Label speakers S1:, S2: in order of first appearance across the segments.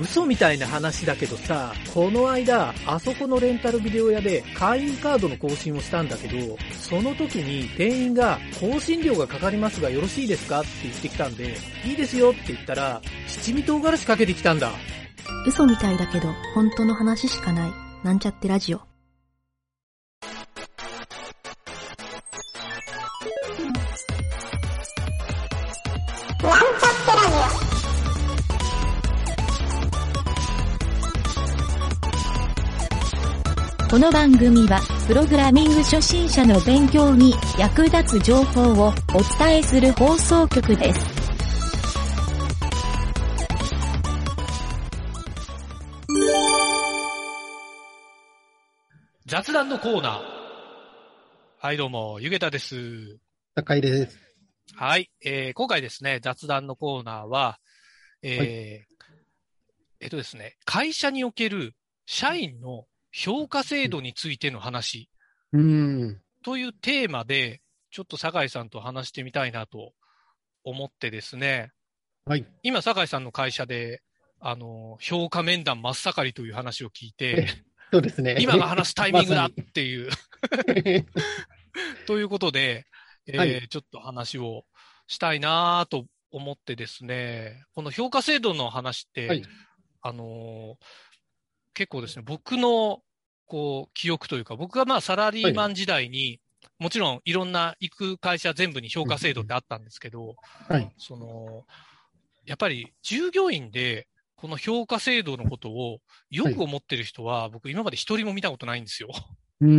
S1: 嘘みたいな話だけどさ、この間、あそこのレンタルビデオ屋で会員カードの更新をしたんだけど、その時に店員が更新料がかかりますがよろしいですかって言ってきたんで、いいですよって言ったら、七味唐辛子かけてきたんだ。
S2: 嘘みたいだけど、本当の話しかない。なんちゃってラジオ。
S3: この番組は、プログラミング初心者の勉強に役立つ情報をお伝えする放送局です。
S4: 雑談のコーナー。はい、どうも、ゆげたです。
S5: 高井です。
S4: はい、えー今回ですね、雑談のコーナーは、えー
S5: は
S4: えっとですね、会社における社員の評価制度についての話
S5: うん。
S4: というテーマで、ちょっと酒井さんと話してみたいなと思ってですね、
S5: はい。
S4: 今、酒井さんの会社で、あの、評価面談真っ盛りという話を聞い て、
S5: そうですね。
S4: 今が話すタイミングだ
S5: ま
S4: っ
S5: さ
S4: ていう、
S5: に
S4: ということで、えー
S5: はい
S4: ちょっと話をしたいなと思ってですね、この評価制度の話って、
S5: はい
S4: あのー結構ですね、僕のこう記憶というか、僕がまあサラリーマン時代に、もちろんいろんな行く会社全部に評価制度ってあったんですけど、
S5: はい。
S4: そのやっぱり従業員で、この評価制度のことをよく思ってる人は、僕、今まで一人も見たことないんですよ。
S5: うー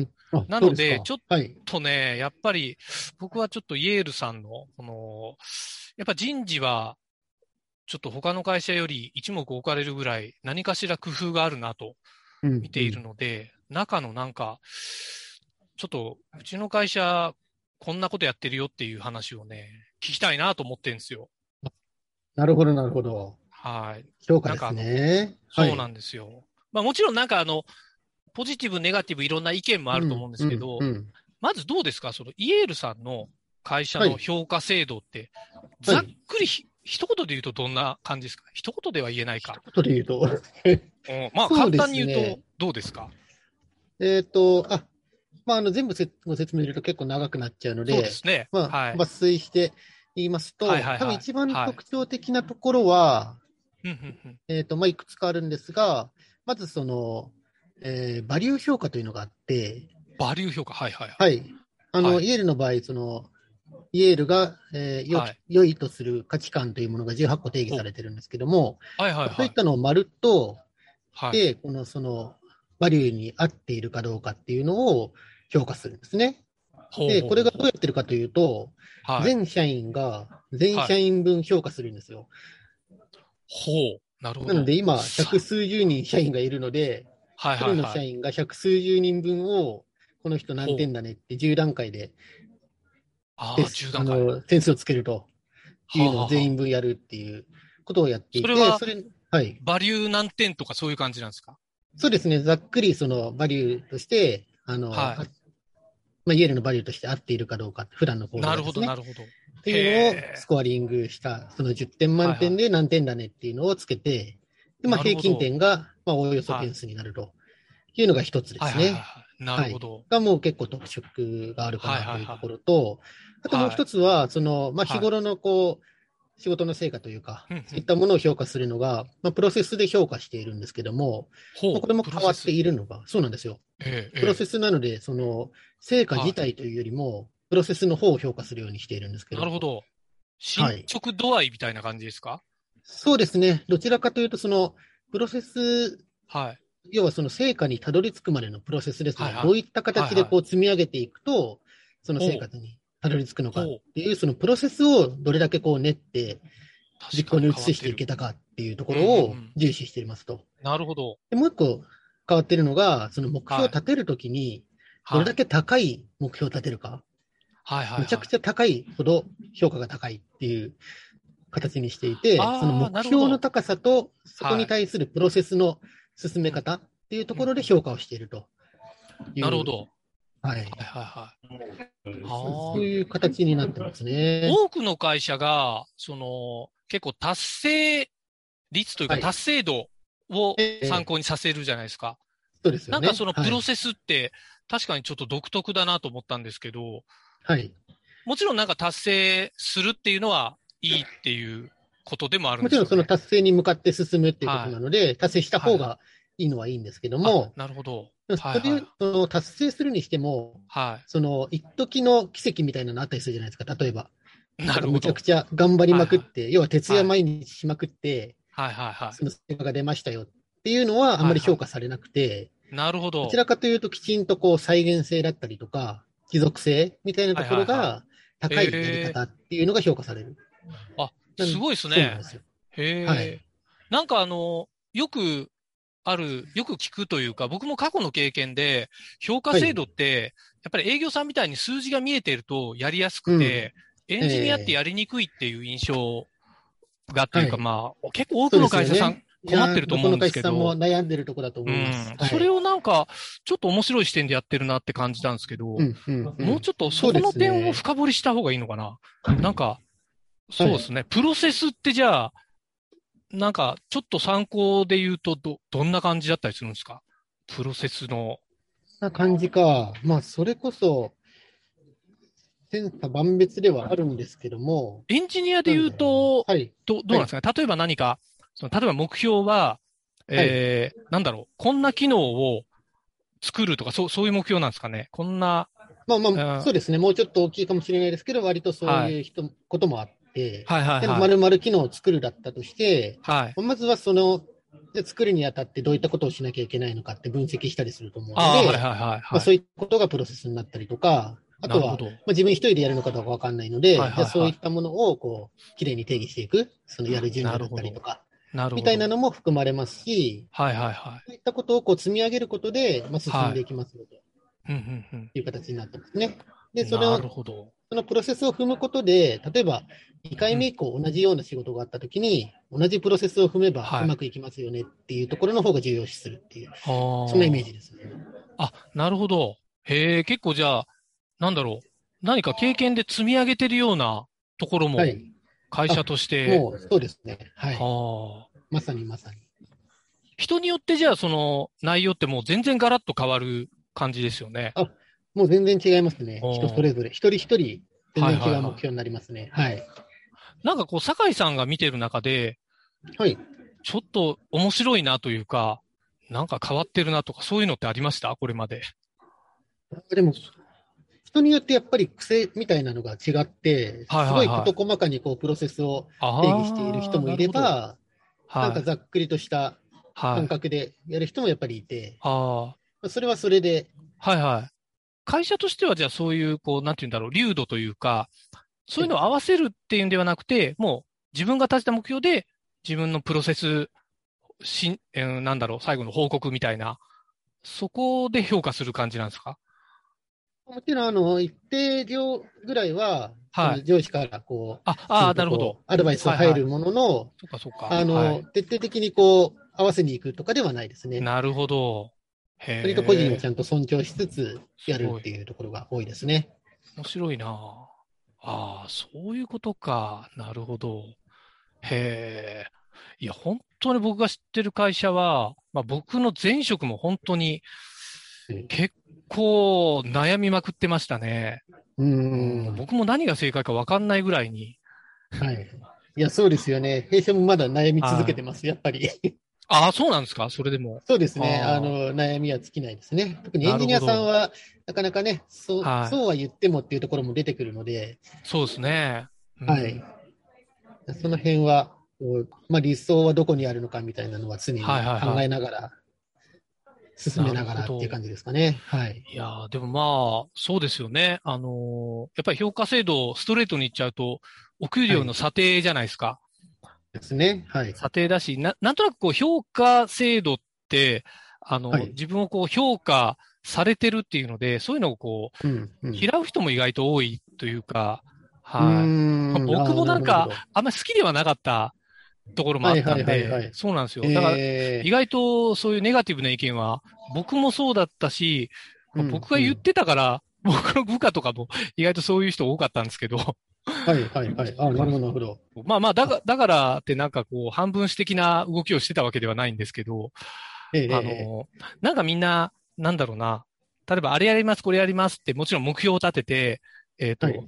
S5: ん。あ
S4: なので
S5: そうすか
S4: ちょっ
S5: はい。
S4: ちょっとね、やっぱり、僕はちょっとイエールさんの、この、やっぱ人事は、ちょっと他の会社より一目置かれるぐらい、何かしら工夫があるなと
S5: 見
S4: 見ているので、中のなんか、ちょっと、うちの会社、こんなことやってるよっていう話をね、聞きたいなと思ってるんですよ。
S5: なるほど、なるほど。
S4: はい。
S5: 評価ですね。
S4: そうなん
S5: で
S4: んですよ。まあもちろんなんかあの、ポジティブ、ネガティブ、いろんな意見もあると思うんですけど、
S5: うん。
S4: まずどうですか、そのイエールさんの会社
S5: は
S4: の
S5: い
S4: 評価制度って、
S5: はい
S4: ざっくりひ、一言で言うとどんな感じですか一言では言えないか。
S5: ことで言うと、
S4: うんまあ、
S5: そ
S4: 簡
S5: うですね
S4: 単に言うとどうですか
S5: えっと、あ、まあ、あの、全部せご説明すると結構長くなっちゃうの
S4: そうで
S5: で、
S4: すね。
S5: ま
S4: は
S5: あ、
S4: い。
S5: 抜粋して言いますと、
S4: はいはいはい
S5: 多分一番
S4: はい
S5: 特徴的なところは、
S4: うんうんうん
S5: えっと、まあ、いくつかあるんですが、まずその、えーバリュー評価というのがあって、
S4: バリュー評価。はいはいはい。
S5: はい。あの、
S4: はい
S5: イエールの場合、その、イエールが、えー良き
S4: はい
S5: 良いとする価値観というものが18個定義されてるんですけども、
S4: はいはい
S5: そう
S4: はいい
S5: っ。たのを丸と、
S4: はい、
S5: で、この、その、バリューに合っているかどうかっていうのを評価するんですね。
S4: ほうほう
S5: で、これがどうやってるかというと、
S4: はい。
S5: 全社員が全社員分評価するんですよ。
S4: ほう。なるほど。
S5: なので、今、百数十人社員がいるので、
S4: はい
S5: 一
S4: はい
S5: 人の
S4: は
S5: 社
S4: い。
S5: 員が百数十人分を、この人何点だねって10段階で
S4: ああ、
S5: です
S4: 10
S5: あ
S4: 段階。は
S5: の点数をつけると
S4: あ
S5: いう
S4: は
S5: の
S4: あ
S5: を全員分やるっていうことをやってい
S4: そ
S5: て、
S4: れは
S5: はい、
S4: バリュー何点とかそういう感じなんですか
S5: そうですね、ざっくりそのバリューとして、あの
S4: はい
S5: まあ、イエールのバリューとして合っているかどうか、普段の行動
S4: な
S5: で
S4: るほ
S5: す
S4: ど、
S5: ね
S4: な。るほど。
S5: っていう
S4: へ
S5: の
S4: ー
S5: をスコアリングした、その10点満点で何点だねっていうのをつけて、でまあ、
S4: なる
S5: 平
S4: ほど
S5: 均点がまあおおよそ点数になるというのが一つで
S4: はい
S5: す
S4: はいはい
S5: ね。
S4: はい。なるほど。
S5: がもう結構特色があるかなというところと、あともう
S4: はい
S5: 一つは、その、まあ、
S4: はい
S5: 日頃のこう、仕事の成果というか
S4: うんうん、
S5: そういったものを評価するのが、まあ、プロセスで評価しているんですけども、
S4: ほう。
S5: これも変わっているのが、そうなんですよ。
S4: プロセス。ええええ
S5: プロセスなので、その、成果自体というよりも、プロセスの方を評価するようにしているんですけど。
S4: なるほど。進
S5: はい
S4: 捗度合いみたいな感じですか
S5: そうですね。どちらかというと、その、プロセス、
S4: はい。
S5: 要はその成果にたどり着くまでのプロセスですね。
S4: はいはい
S5: どういった形でこう積み上げていくと、その成果にたどり着くのか
S4: ほ
S5: っ
S4: う。
S5: っていう、そのプロセスをどれだけこう練って、実行に移していけ
S4: た。
S5: たかっていうところ
S4: うんう
S5: を
S4: んうん
S5: 重視していますと。
S4: なるほど。
S5: でもう一個変わってるのが、その目標を立てるときに、ど
S4: はい。
S5: れだけ高い目標を立てるか、
S4: はいはいはい。
S5: めちゃくちゃ高いほど評価が高いっていう形にしていて、そ
S4: あー
S5: の目標の高さと、そこに対するプロセスの進め方っていうところで評価をしているという。
S4: なるほ。ど。
S5: はい。
S4: はいはいはい。あ
S5: そう
S4: ー
S5: いう形になってますね。
S4: 多くの会社が、その、結構達成率というか
S5: はい
S4: 達成度を
S5: ええ
S4: 参考にさせるじゃないですか。
S5: そうですよ
S4: なん
S5: ね。
S4: かそのプロ
S5: ス。
S4: セスって確かにちょっと独特だなと思ったんですけど、
S5: はい。
S4: もちろんなんか達成するっていうのはいいっていうことでもあるん
S5: も
S4: ですよ、
S5: ちろ
S4: ね。
S5: んその達成に向かって進むっていうことなので、達成した方がいいのはいいんですけども、
S4: あなるほど。はい
S5: そ
S4: はい
S5: れその達成するにしても、
S4: は
S5: その、一時の奇跡みたいなのあったりするじゃないですか、例えば。
S4: い。なるほ
S5: めち
S4: ど
S5: ゃく。ちゃ頑張りまくって、要は徹夜毎日しまくって、
S4: はいはいは
S5: その成果が出ましたよっていうのはあんまり評価されなくて、
S4: い。なるほど
S5: どち。らかというときちんとこう再現性だったりとか、持続性みたいなところ
S4: はいはい
S5: が高いやり方っていうのが評価される。
S4: あ、すごいです
S5: そうなん
S4: ね
S5: で。すよ。
S4: へえ、
S5: はい
S4: なんかあの、よくある、よく聞くというか、僕も過去の経験で、評価制度って、やっぱり営業さんみたいに数字が見えているとやりやすくて、エンジニアってやりにくいっていう印象がというか、
S5: はい
S4: まあ、結構多くの会社さん、
S5: いやー
S4: 困ってると思うんですけど
S5: どこの会社さんも悩んでるとこだと思います。
S4: うん、
S5: はい
S4: それをなんか、ちょっと面白い視点でやってるなって感じたんですけど、
S5: うんうんうん
S4: もうちょっとそこの
S5: そうですね
S4: 点を深掘りした方がいいのかな。なんか、そうですね。プロセスってじゃあ、なんか、ちょっと参考で言うと、ど、どんな感じだったりするんですかプロセスの。
S5: そんな感じか。まあ、それこそ、千差万別ではあるんですけども。
S4: エンジニアで言うと、
S5: はい。
S4: ど、どうなんですかね、例えば何か、その、例えば目標は、えーなんだろう、こんな機能を作るとか、そう、そういう目標なんですかねこんな、
S5: まあ
S4: う
S5: ま
S4: ん
S5: あ、そうですね。もうちょっと大きいかもしれないですけど、割とそういう人、こともあって。
S4: はいはい
S5: でも、
S4: は
S5: ま
S4: い。
S5: るまる機能を作るだったとして、
S4: はい。
S5: まずはその、じゃあ作るにあたってどういったことをしなきゃいけないのかって分析したりすると思うので、
S4: ああ、はいはいはい
S5: ま
S4: は
S5: あ、
S4: い。
S5: そういったことがプロセスになったりとか、あ
S4: な
S5: と
S4: る
S5: は
S4: ほ、ど。
S5: まあ、自分一人でやるのかどうかわかんないので、
S4: はいはいはい
S5: じゃあそういったものをこう、きれいに定義していく、そのやる順序だったりとか、
S4: なるほど。
S5: みたいなのも含まれますし、
S4: はいはいは
S5: そういったことをこう積み上げることで、まあ、進んでいきますよと
S4: い。うんうんうん。
S5: いう形になってますね。で、それ
S4: な
S5: を
S4: る、ほど。
S5: そのプロセスを踏むことで、例えば2回目以降同じような仕事があったときに、同じプロセスを踏めば
S4: はいう
S5: まくいきますよねっていうところの方が重要視するっていう、
S4: あー
S5: そんなイメージですね。
S4: あ、なるほど。へえ、結構じゃあ、なんだろう。何か経験で積み上げてるようなところも
S5: はい。
S4: 会社として、
S5: もう、そうですね。はい。
S4: はあ
S5: まさにまさに。
S4: 人によってじゃあその内容ってもう全然ガラッと変わる感じですよね。
S5: もう全然違いますね。
S4: おー
S5: 人それぞれ。一人一人、全
S4: はい
S5: 然
S4: はいはい
S5: 違う目標になりますね。はい。
S4: なんかこう、酒井さんが見てる中で、
S5: はい。
S4: ちょっと面白いなというか、なんか変わってるなとか、そういうのってありましたこれまで。
S5: でも、人によってやっぱり癖みたいなのが違って、す
S4: はいは
S5: ご
S4: い
S5: い
S4: はい
S5: 事細かにこうプロセスを
S4: あ
S5: 定義している人もいれ
S4: あ
S5: ば、
S4: ー、
S5: なん
S4: な
S5: か
S4: る
S5: ざっくりとした
S4: ほどはい。は
S5: 感
S4: い。
S5: 覚でやる人もやっぱりいて、
S4: ああ。
S5: まあそれはそれで、
S4: はいはい。会社としては、じゃあそういう、こう、なんていうんだろう、流度というか、そういうのを合わせるっていうんではなくて、もう自分が立てた目標で、自分のプロセス、しん、えーなんだろう、最後の報告みたいな、そこで評価する感じなんですか
S5: もちろんあの一定量ぐらいは、
S4: はい
S5: その上司からこう、
S4: あ、ああ、
S5: ち
S4: な
S5: ゃ
S4: んる
S5: と
S4: ほ
S5: こう
S4: ど。
S5: アドバイスが入るものの、
S4: そっかそっか。
S5: あの、
S4: はい
S5: 徹底的にこう、合わせに行くとかではないですね。
S4: なるほど。へ
S5: 割
S4: え
S5: と、個人をちゃんと尊重しつつやるっていうところが多いですね。
S4: 面白いなあああ、そういうことか。なるほど。へえ。いや、本当に僕が知ってる会社は、まあ僕の前職も本当に
S5: うん
S4: 結構悩みまくってましたね。
S5: う。
S4: もうん僕も何が正解か分かんないぐらいに。
S5: はい。いや、そうですよね。弊社もまだ悩み続けてます、やっぱり。
S4: ああ、そうなんですかそれでも。
S5: そうですね。
S4: あー
S5: あの、悩みは尽きないですね。特にエンジニアさんは、なかなかね、そう、
S4: はい
S5: そうは言ってもっていうところも出てくるので、
S4: そうですね。うん
S5: はい。その辺は、こうまあ、理想はどこにあるのかみたいなのは常に考
S4: はいはいはい
S5: えながら、進めながらっていう感じですかね。はい。
S4: いやーでもまあ、そうですよね。あのーやっぱり評価制度をストレートに言っちゃうと、お給料の査定じゃないですか。
S5: ですね。はい。
S4: 査定だし、ななんとなくこう評価制度って、あの、
S5: はい
S4: 自分をこう評価されてるっていうので、そういうのをこ
S5: うん。う
S4: う、
S5: ん
S4: 嫌う人も意外と多いというか、
S5: うー
S4: はい。僕
S5: ん
S4: もなん
S5: あーるほど
S4: か、あんまり好きではなかったところもあったん
S5: はいはいはいは
S4: で
S5: い、
S4: そうなんですよ。
S5: え
S4: だから、
S5: え
S4: 意外とそういうネガティブな意見は、僕もそうだったし、
S5: うん
S4: 僕が言ってたから、僕の部下とかも意外とそういう人多かったんですけど、
S5: はいはいはい。あ、なるほどなるほど。
S4: まあまあ、だがだからってなんかこう、半分私的な動きをしてたわけではないんですけど、
S5: えええ
S4: あ
S5: え
S4: の、なんかみんな、なんだろうな、例えばあれやります、これやりますって、もちろん目標を立てて、えっ、と、
S5: はい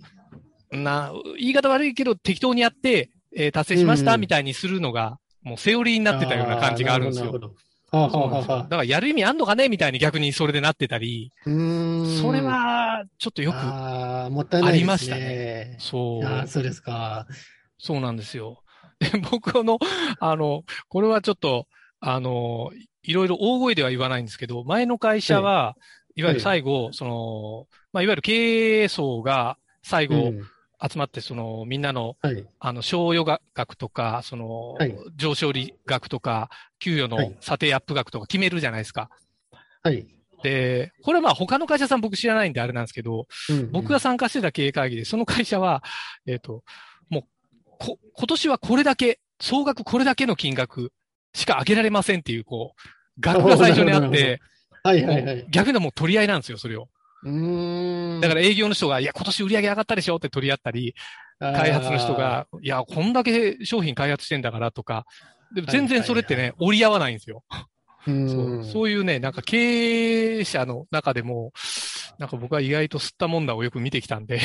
S4: な、言い方悪いけど適当にやって、えー達成しまし
S5: うん
S4: た
S5: うん
S4: みたいにするのが、もうセオリーになってたような感じがあるんですよ。
S5: ーなほどなるほ
S4: そう
S5: ど
S4: なん
S5: は
S4: ですよ
S5: あ、はあはあは
S4: だからやる意味あんのかねみたいに逆にそれでなってたり、
S5: あ、うーん
S4: それはちょっとよく、
S5: ああ、もったいないですね。
S4: ありましたそう、
S5: ああ、そうですか。
S4: そうなんですよ。 で僕あの、あの、これはちょっと、あの、いろいろ大声では言わないんですけど、前の会社は、いわゆる最後、その、まあ、いわゆる経営層が最後
S5: うん
S4: 集まって、その、みんなの、
S5: はい。
S4: あの、賞与額とか、その
S5: はい、
S4: 上昇利額とか、給与
S5: は
S4: の
S5: い
S4: 査定アップ額とか決めるじゃないですか。
S5: はい。
S4: で、これはまあ他の会社さん僕知らないんであれなんですけど、
S5: うん
S4: 僕が、参加してた経営会議で、その会社は、えっ、と、もう、こ、今年はこれだけ、総額これだけの金額しか上げられませんっていう、こう、額が最初にあっ
S5: なる
S4: て、
S5: はいは
S4: も。
S5: いはいう
S4: 逆にもう取り合いなんですよ、それを。
S5: うーん
S4: だから営業の人が、いや、今年売り上げ上がったでしょって取り合ったり、
S5: ら
S4: 開発の人、が、いや、こんだけ商品開発してんだからとか、でも全然それってね、折り合わないんですよ。
S5: う
S4: そう
S5: う
S4: そういうね、なんか経営者の中でも、なんか僕は意外と吸ったもんだをよく見てきたんで、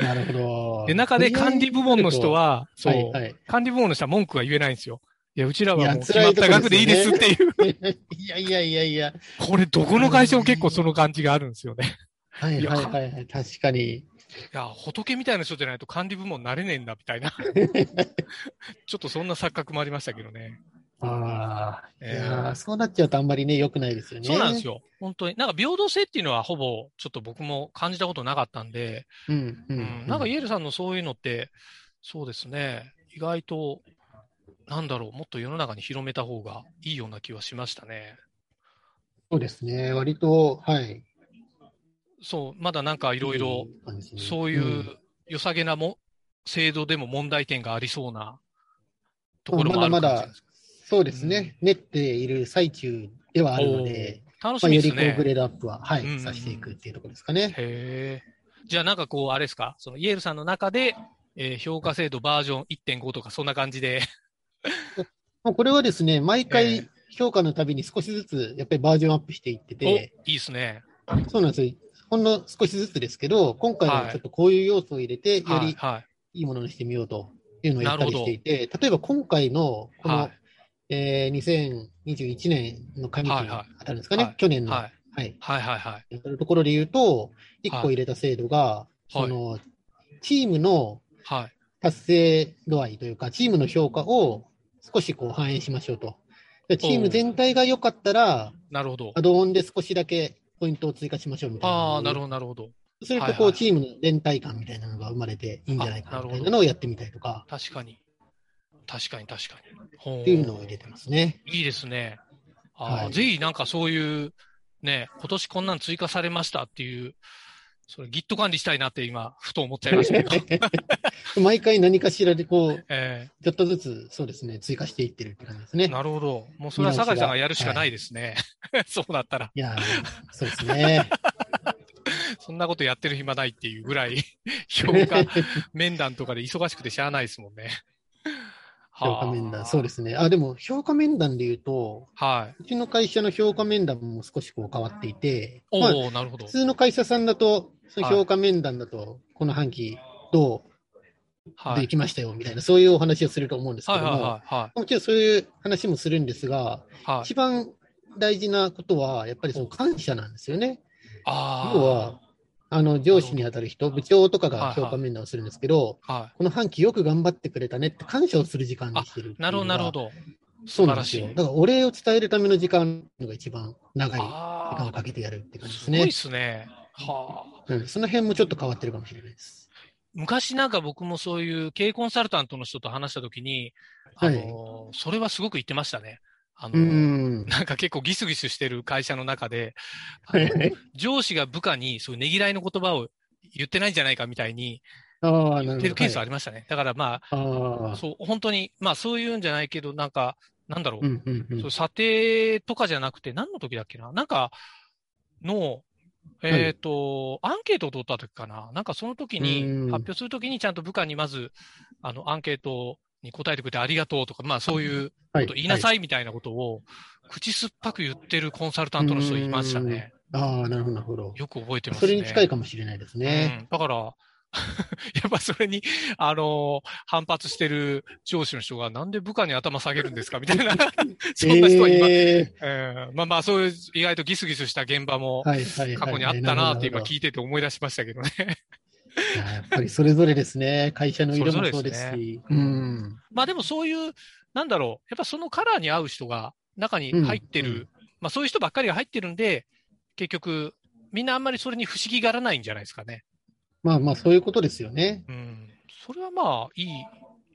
S5: ん。なるほど。
S4: で、中で管理部門の人は、
S5: と
S4: そう、
S5: りあえず、
S4: 管理部門の人は文句は言えないんですよ。いや、うちらはもう
S5: いや
S4: 決まった額でいいですって いう、
S5: はいはい。 いやいやいやいや。
S4: これどこの会社も結構その感じがあるんですよね。
S5: はいはいはいはい。確かに。
S4: いや、仏みたいな人じゃないと管理部門なれねえんだ、みた いな。ちょっとそんな錯覚もありましたけどね。
S5: ああ、い
S4: えー
S5: やーそうなっちゃうとあんまりね、良くないですよね。
S4: そうなんです
S5: よ。
S4: よ。本当に。なんか平等性っていうのはほぼ、ちょっと僕も感じたことなかったんで、
S5: うん、
S4: う
S5: う
S4: ん
S5: ん。
S4: なんかイエルさんのそういうのって、そうですね、意外と、なんだろう、もっと世の中に広めた方がいいような気はしましたね。
S5: そうですね。割と、はい。
S4: そう、まだなんかい
S5: い
S4: ろいろ、
S5: 感じに、
S4: そういう良さげなも、制度でも問題点がありそうなところもある
S5: ま
S4: か
S5: だま
S4: もしれな
S5: だ
S4: いです
S5: そうですね。練っている最中ではあるので、
S4: 楽し
S5: まあ、
S4: み
S5: よ
S4: です
S5: りこうグ
S4: ね。
S5: レードアップは、は
S4: うんうん
S5: い、させていくっていうところですかね。
S4: へえ。じゃあなんかこう、あれですか、そのイエルさんの中で、えー評価制度バージョン1.5とかそんな感じで。
S5: もうこれはですね、毎
S4: え
S5: 回評価のたびに少しずつ、やっぱりバージョンアップしていって
S4: お、
S5: て
S4: い、いですね。
S5: そうなんですよ。ほんの少しずつですけど、今回はちょっとこういう要素を入れて、よ
S4: はい、
S5: り
S4: はい
S5: いものにしてみようというのをやった
S4: な
S5: り
S4: るほど
S5: していて、例えば今回の、こ
S4: い、は
S5: の、えー2021年の上期
S4: はい
S5: に
S4: はい
S5: 当たるんですかね、
S4: はい
S5: 去
S4: い、
S5: 年の。
S4: は、
S5: はいい。
S4: はい、はい、はい。
S5: やってるところで言うと、1個入れた制度が、その、チームの
S4: はい。
S5: 達成度合いというか、チームの評価を少しこう反映しましょうと。でチーム全体が良かったら、
S4: なるほど
S5: ア。ドオンで少しだけポイントを追加しましょうみたいな。
S4: ああ、なるほど、なるほど。
S5: ど。すると、
S4: はい
S5: こ、
S4: はいう
S5: チームの連帯感みたいなのが生まれていいんじゃない
S4: あなる
S5: か
S4: ほ
S5: み
S4: ど
S5: たいなのをやってみたりとか、
S4: 確かに。確かに、確かに。ほう
S5: っていうのを入れてますね。
S4: いいですね。あー
S5: はい
S4: ぜひなんかそういう、ね、今年こんなん追加されましたっていう、それ Git 管理したいなって今、ふと思っちゃいました けど。
S5: 毎回何かしらで、こう、
S4: え
S5: ちょっとずつ、そうですね、追加していってるって感じですね。
S4: ーなるほど。もうそれは酒井さんがやるしかないですね。 そうなったら、
S5: いやー、そうですね。
S4: そんなことやってる暇ないっていうぐらい、 評価面談とかで忙しくてしゃあないですもんね。。
S5: 評価面談、そうですすね。あ、でも、評価面談で言うと、
S4: はいう
S5: ちの会社の評価面談も少しこう変わっていて、。
S4: お
S5: まあ、
S4: お、なるほど
S5: 普。通の会社さんだと、その
S4: はい
S5: 評価面談だと、この半期どう
S4: は
S5: で
S4: い。
S5: きましたよみたいな、そういうお話をすると思うんですけ
S4: は
S5: ど
S4: い
S5: も、
S4: はいはいは
S5: もちろんそういう話もするんですが、
S4: い。はい。
S5: 一番大事なことは、やっぱりその感謝なんですよね。
S4: ああ。
S5: 要は、あの上司に当たる人、部長とか
S4: はいは
S5: が
S4: い
S5: 評価面談をするんですけど、
S4: は
S5: この半期よく頑張ってくれたねって感謝をする時間にしてるっ
S4: い。
S5: ていう
S4: なる
S5: の
S4: ほど、な
S5: が
S4: るほど。
S5: そ
S4: 素
S5: う
S4: 晴
S5: な
S4: ら
S5: んで
S4: し
S5: す
S4: い。
S5: よ。だからお礼を伝えるための時間が一番長い時
S4: あ
S5: 間をかけてやるって
S4: あ、
S5: 感じですす
S4: ごい
S5: ね
S4: で。すね。はあ。
S5: うん、その辺もちょっと変わってるかもしれないです。
S4: 昔なんか僕もそういう経営コンサルタントの人と話したときに、あ
S5: はい
S4: の、それはすごく言ってましたね。あの、
S5: うん。
S4: なんか結構ギスギスしてる会社の中で、あ
S5: は
S4: の
S5: い。
S4: 上司が部下にそういうねぎらいの言葉を言ってないんじゃないかみたいに
S5: ああ、なるほど。
S4: 言ってるケースはあ
S5: る。
S4: りましたね。だからま
S5: あ
S4: あ、
S5: あ。
S4: そう、本当に、まあそういうんじゃないけど、なんか、なんだろう
S5: う。んうんうん
S4: そう査定とかじゃなくて、何の時だっけななんか、の、えっ、と、アンケートを取った時かな。なんかその時に、
S5: うん
S4: 発表する時にちゃんと部下にまず、あの、アンケートに答えてくれてありがとうとか、まあそういう
S5: は
S4: こと言いなさいみたいなことを、口酸っぱく言ってるコンサルタントの人いましたね。
S5: ああ、なるほど、なるほど。
S4: よく覚えてます
S5: そ
S4: ね。
S5: れに近いかもしれないですね。
S4: うん、だから、 やっぱそれに、あの反発してる上司の人が、なんで部下に頭下げるんですかみたい な、そんな人はいま、
S5: え
S4: うんまあまあ、そういう意外とギスギスした現場も
S5: ーはいはいはいはい。
S4: 過去にあったなって今
S5: るほど
S4: 聞いてて思い出しましたけどね。
S5: いややっぱりそれぞれですね。会社の色もそうです
S4: それぞれ
S5: し。うん。
S4: まあでもそういう、なんだろう、やっぱそのカラーに合う人が中に入ってる、
S5: うんう
S4: まあそういう人ばっかりが入ってるんで、結局、みんなあんまりそれに不思議がらないんじゃないですかね。
S5: まあまあ、そういうことですよね。
S4: うん、それはまあ、いい、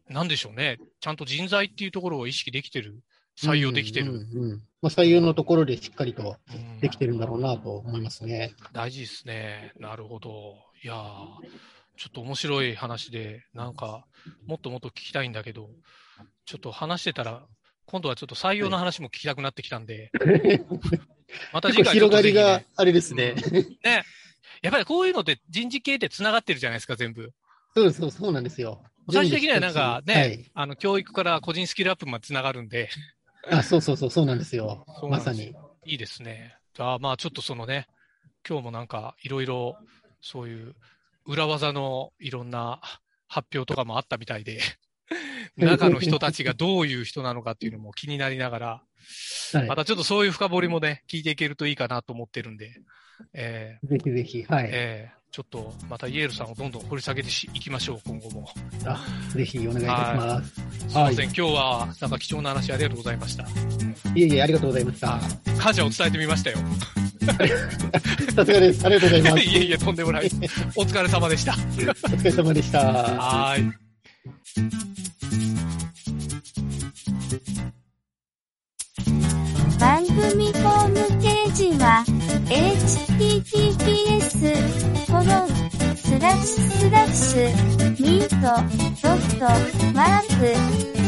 S4: なんでしょうね。ちゃんと人材っていうところを意識できてる、採用できてる。
S5: うんうんうんまあ、採用のところでしっかりと
S4: うん
S5: できてるんだろうなと思いますね。
S4: 大事ですね。なるほど。いやーちょっと面白い話で、なんか、もっともっと聞きたいんだけど、ちょっと話してたら、今度はちょっと採用の話も聞きたくなってきたん で、また次回
S5: 結構
S4: ちょっ
S5: 広
S4: と
S5: が
S4: ぜ
S5: り
S4: ひね
S5: があれですね。
S4: ね。やっぱりこういうのって人事系って繋がってるじゃないですか、全部。
S5: そうそう、そうなんですよ。
S4: 最終的にはなんかね、
S5: はい
S4: あの、教育から個人スキルアップまで繋がるんで、
S5: あ、そうそうそう、そうなんですよ。
S4: そうな
S5: ま
S4: んです
S5: さ
S4: よ
S5: に。
S4: いいですね。あーまあちょっとそのね、今日もなんかいろいろそういう裏技のいろんな発表とかもあったみたい で、中の人たちがどういう人なのかっていうのも気になりながら、
S5: はい
S4: またちょっとそういう深掘りもね、聞いていけるといいかなと思ってるんで、えー
S5: ぜひぜひ、はい。
S4: えーちょっとまたイエールさんをどんどん掘り下げていきましょう、今後も。
S5: あぜひお願いいたします。
S4: すいません、今日はなんか貴重な話ありがとうございました。
S5: いえいえ、ありがとうございました。
S4: 感謝を伝えてみましたよ。
S5: さすがです。ありがとうございます。
S4: いえいえ、とんでもないです。お疲れ様で した。
S5: お疲れ様でした。
S4: はーい。
S6: 番組ホームページは https コロンスラッシュスラッシュミートドットマーク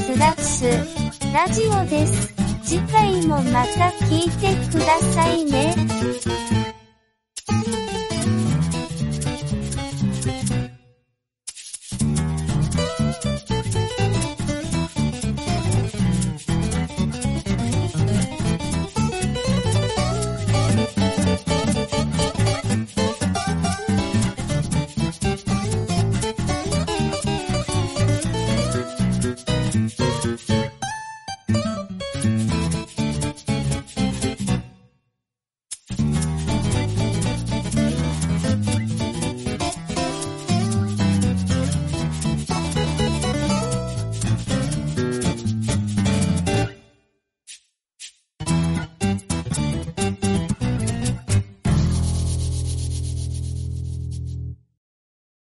S6: スラッシュラジオです。次回もまた聞いてくださいね。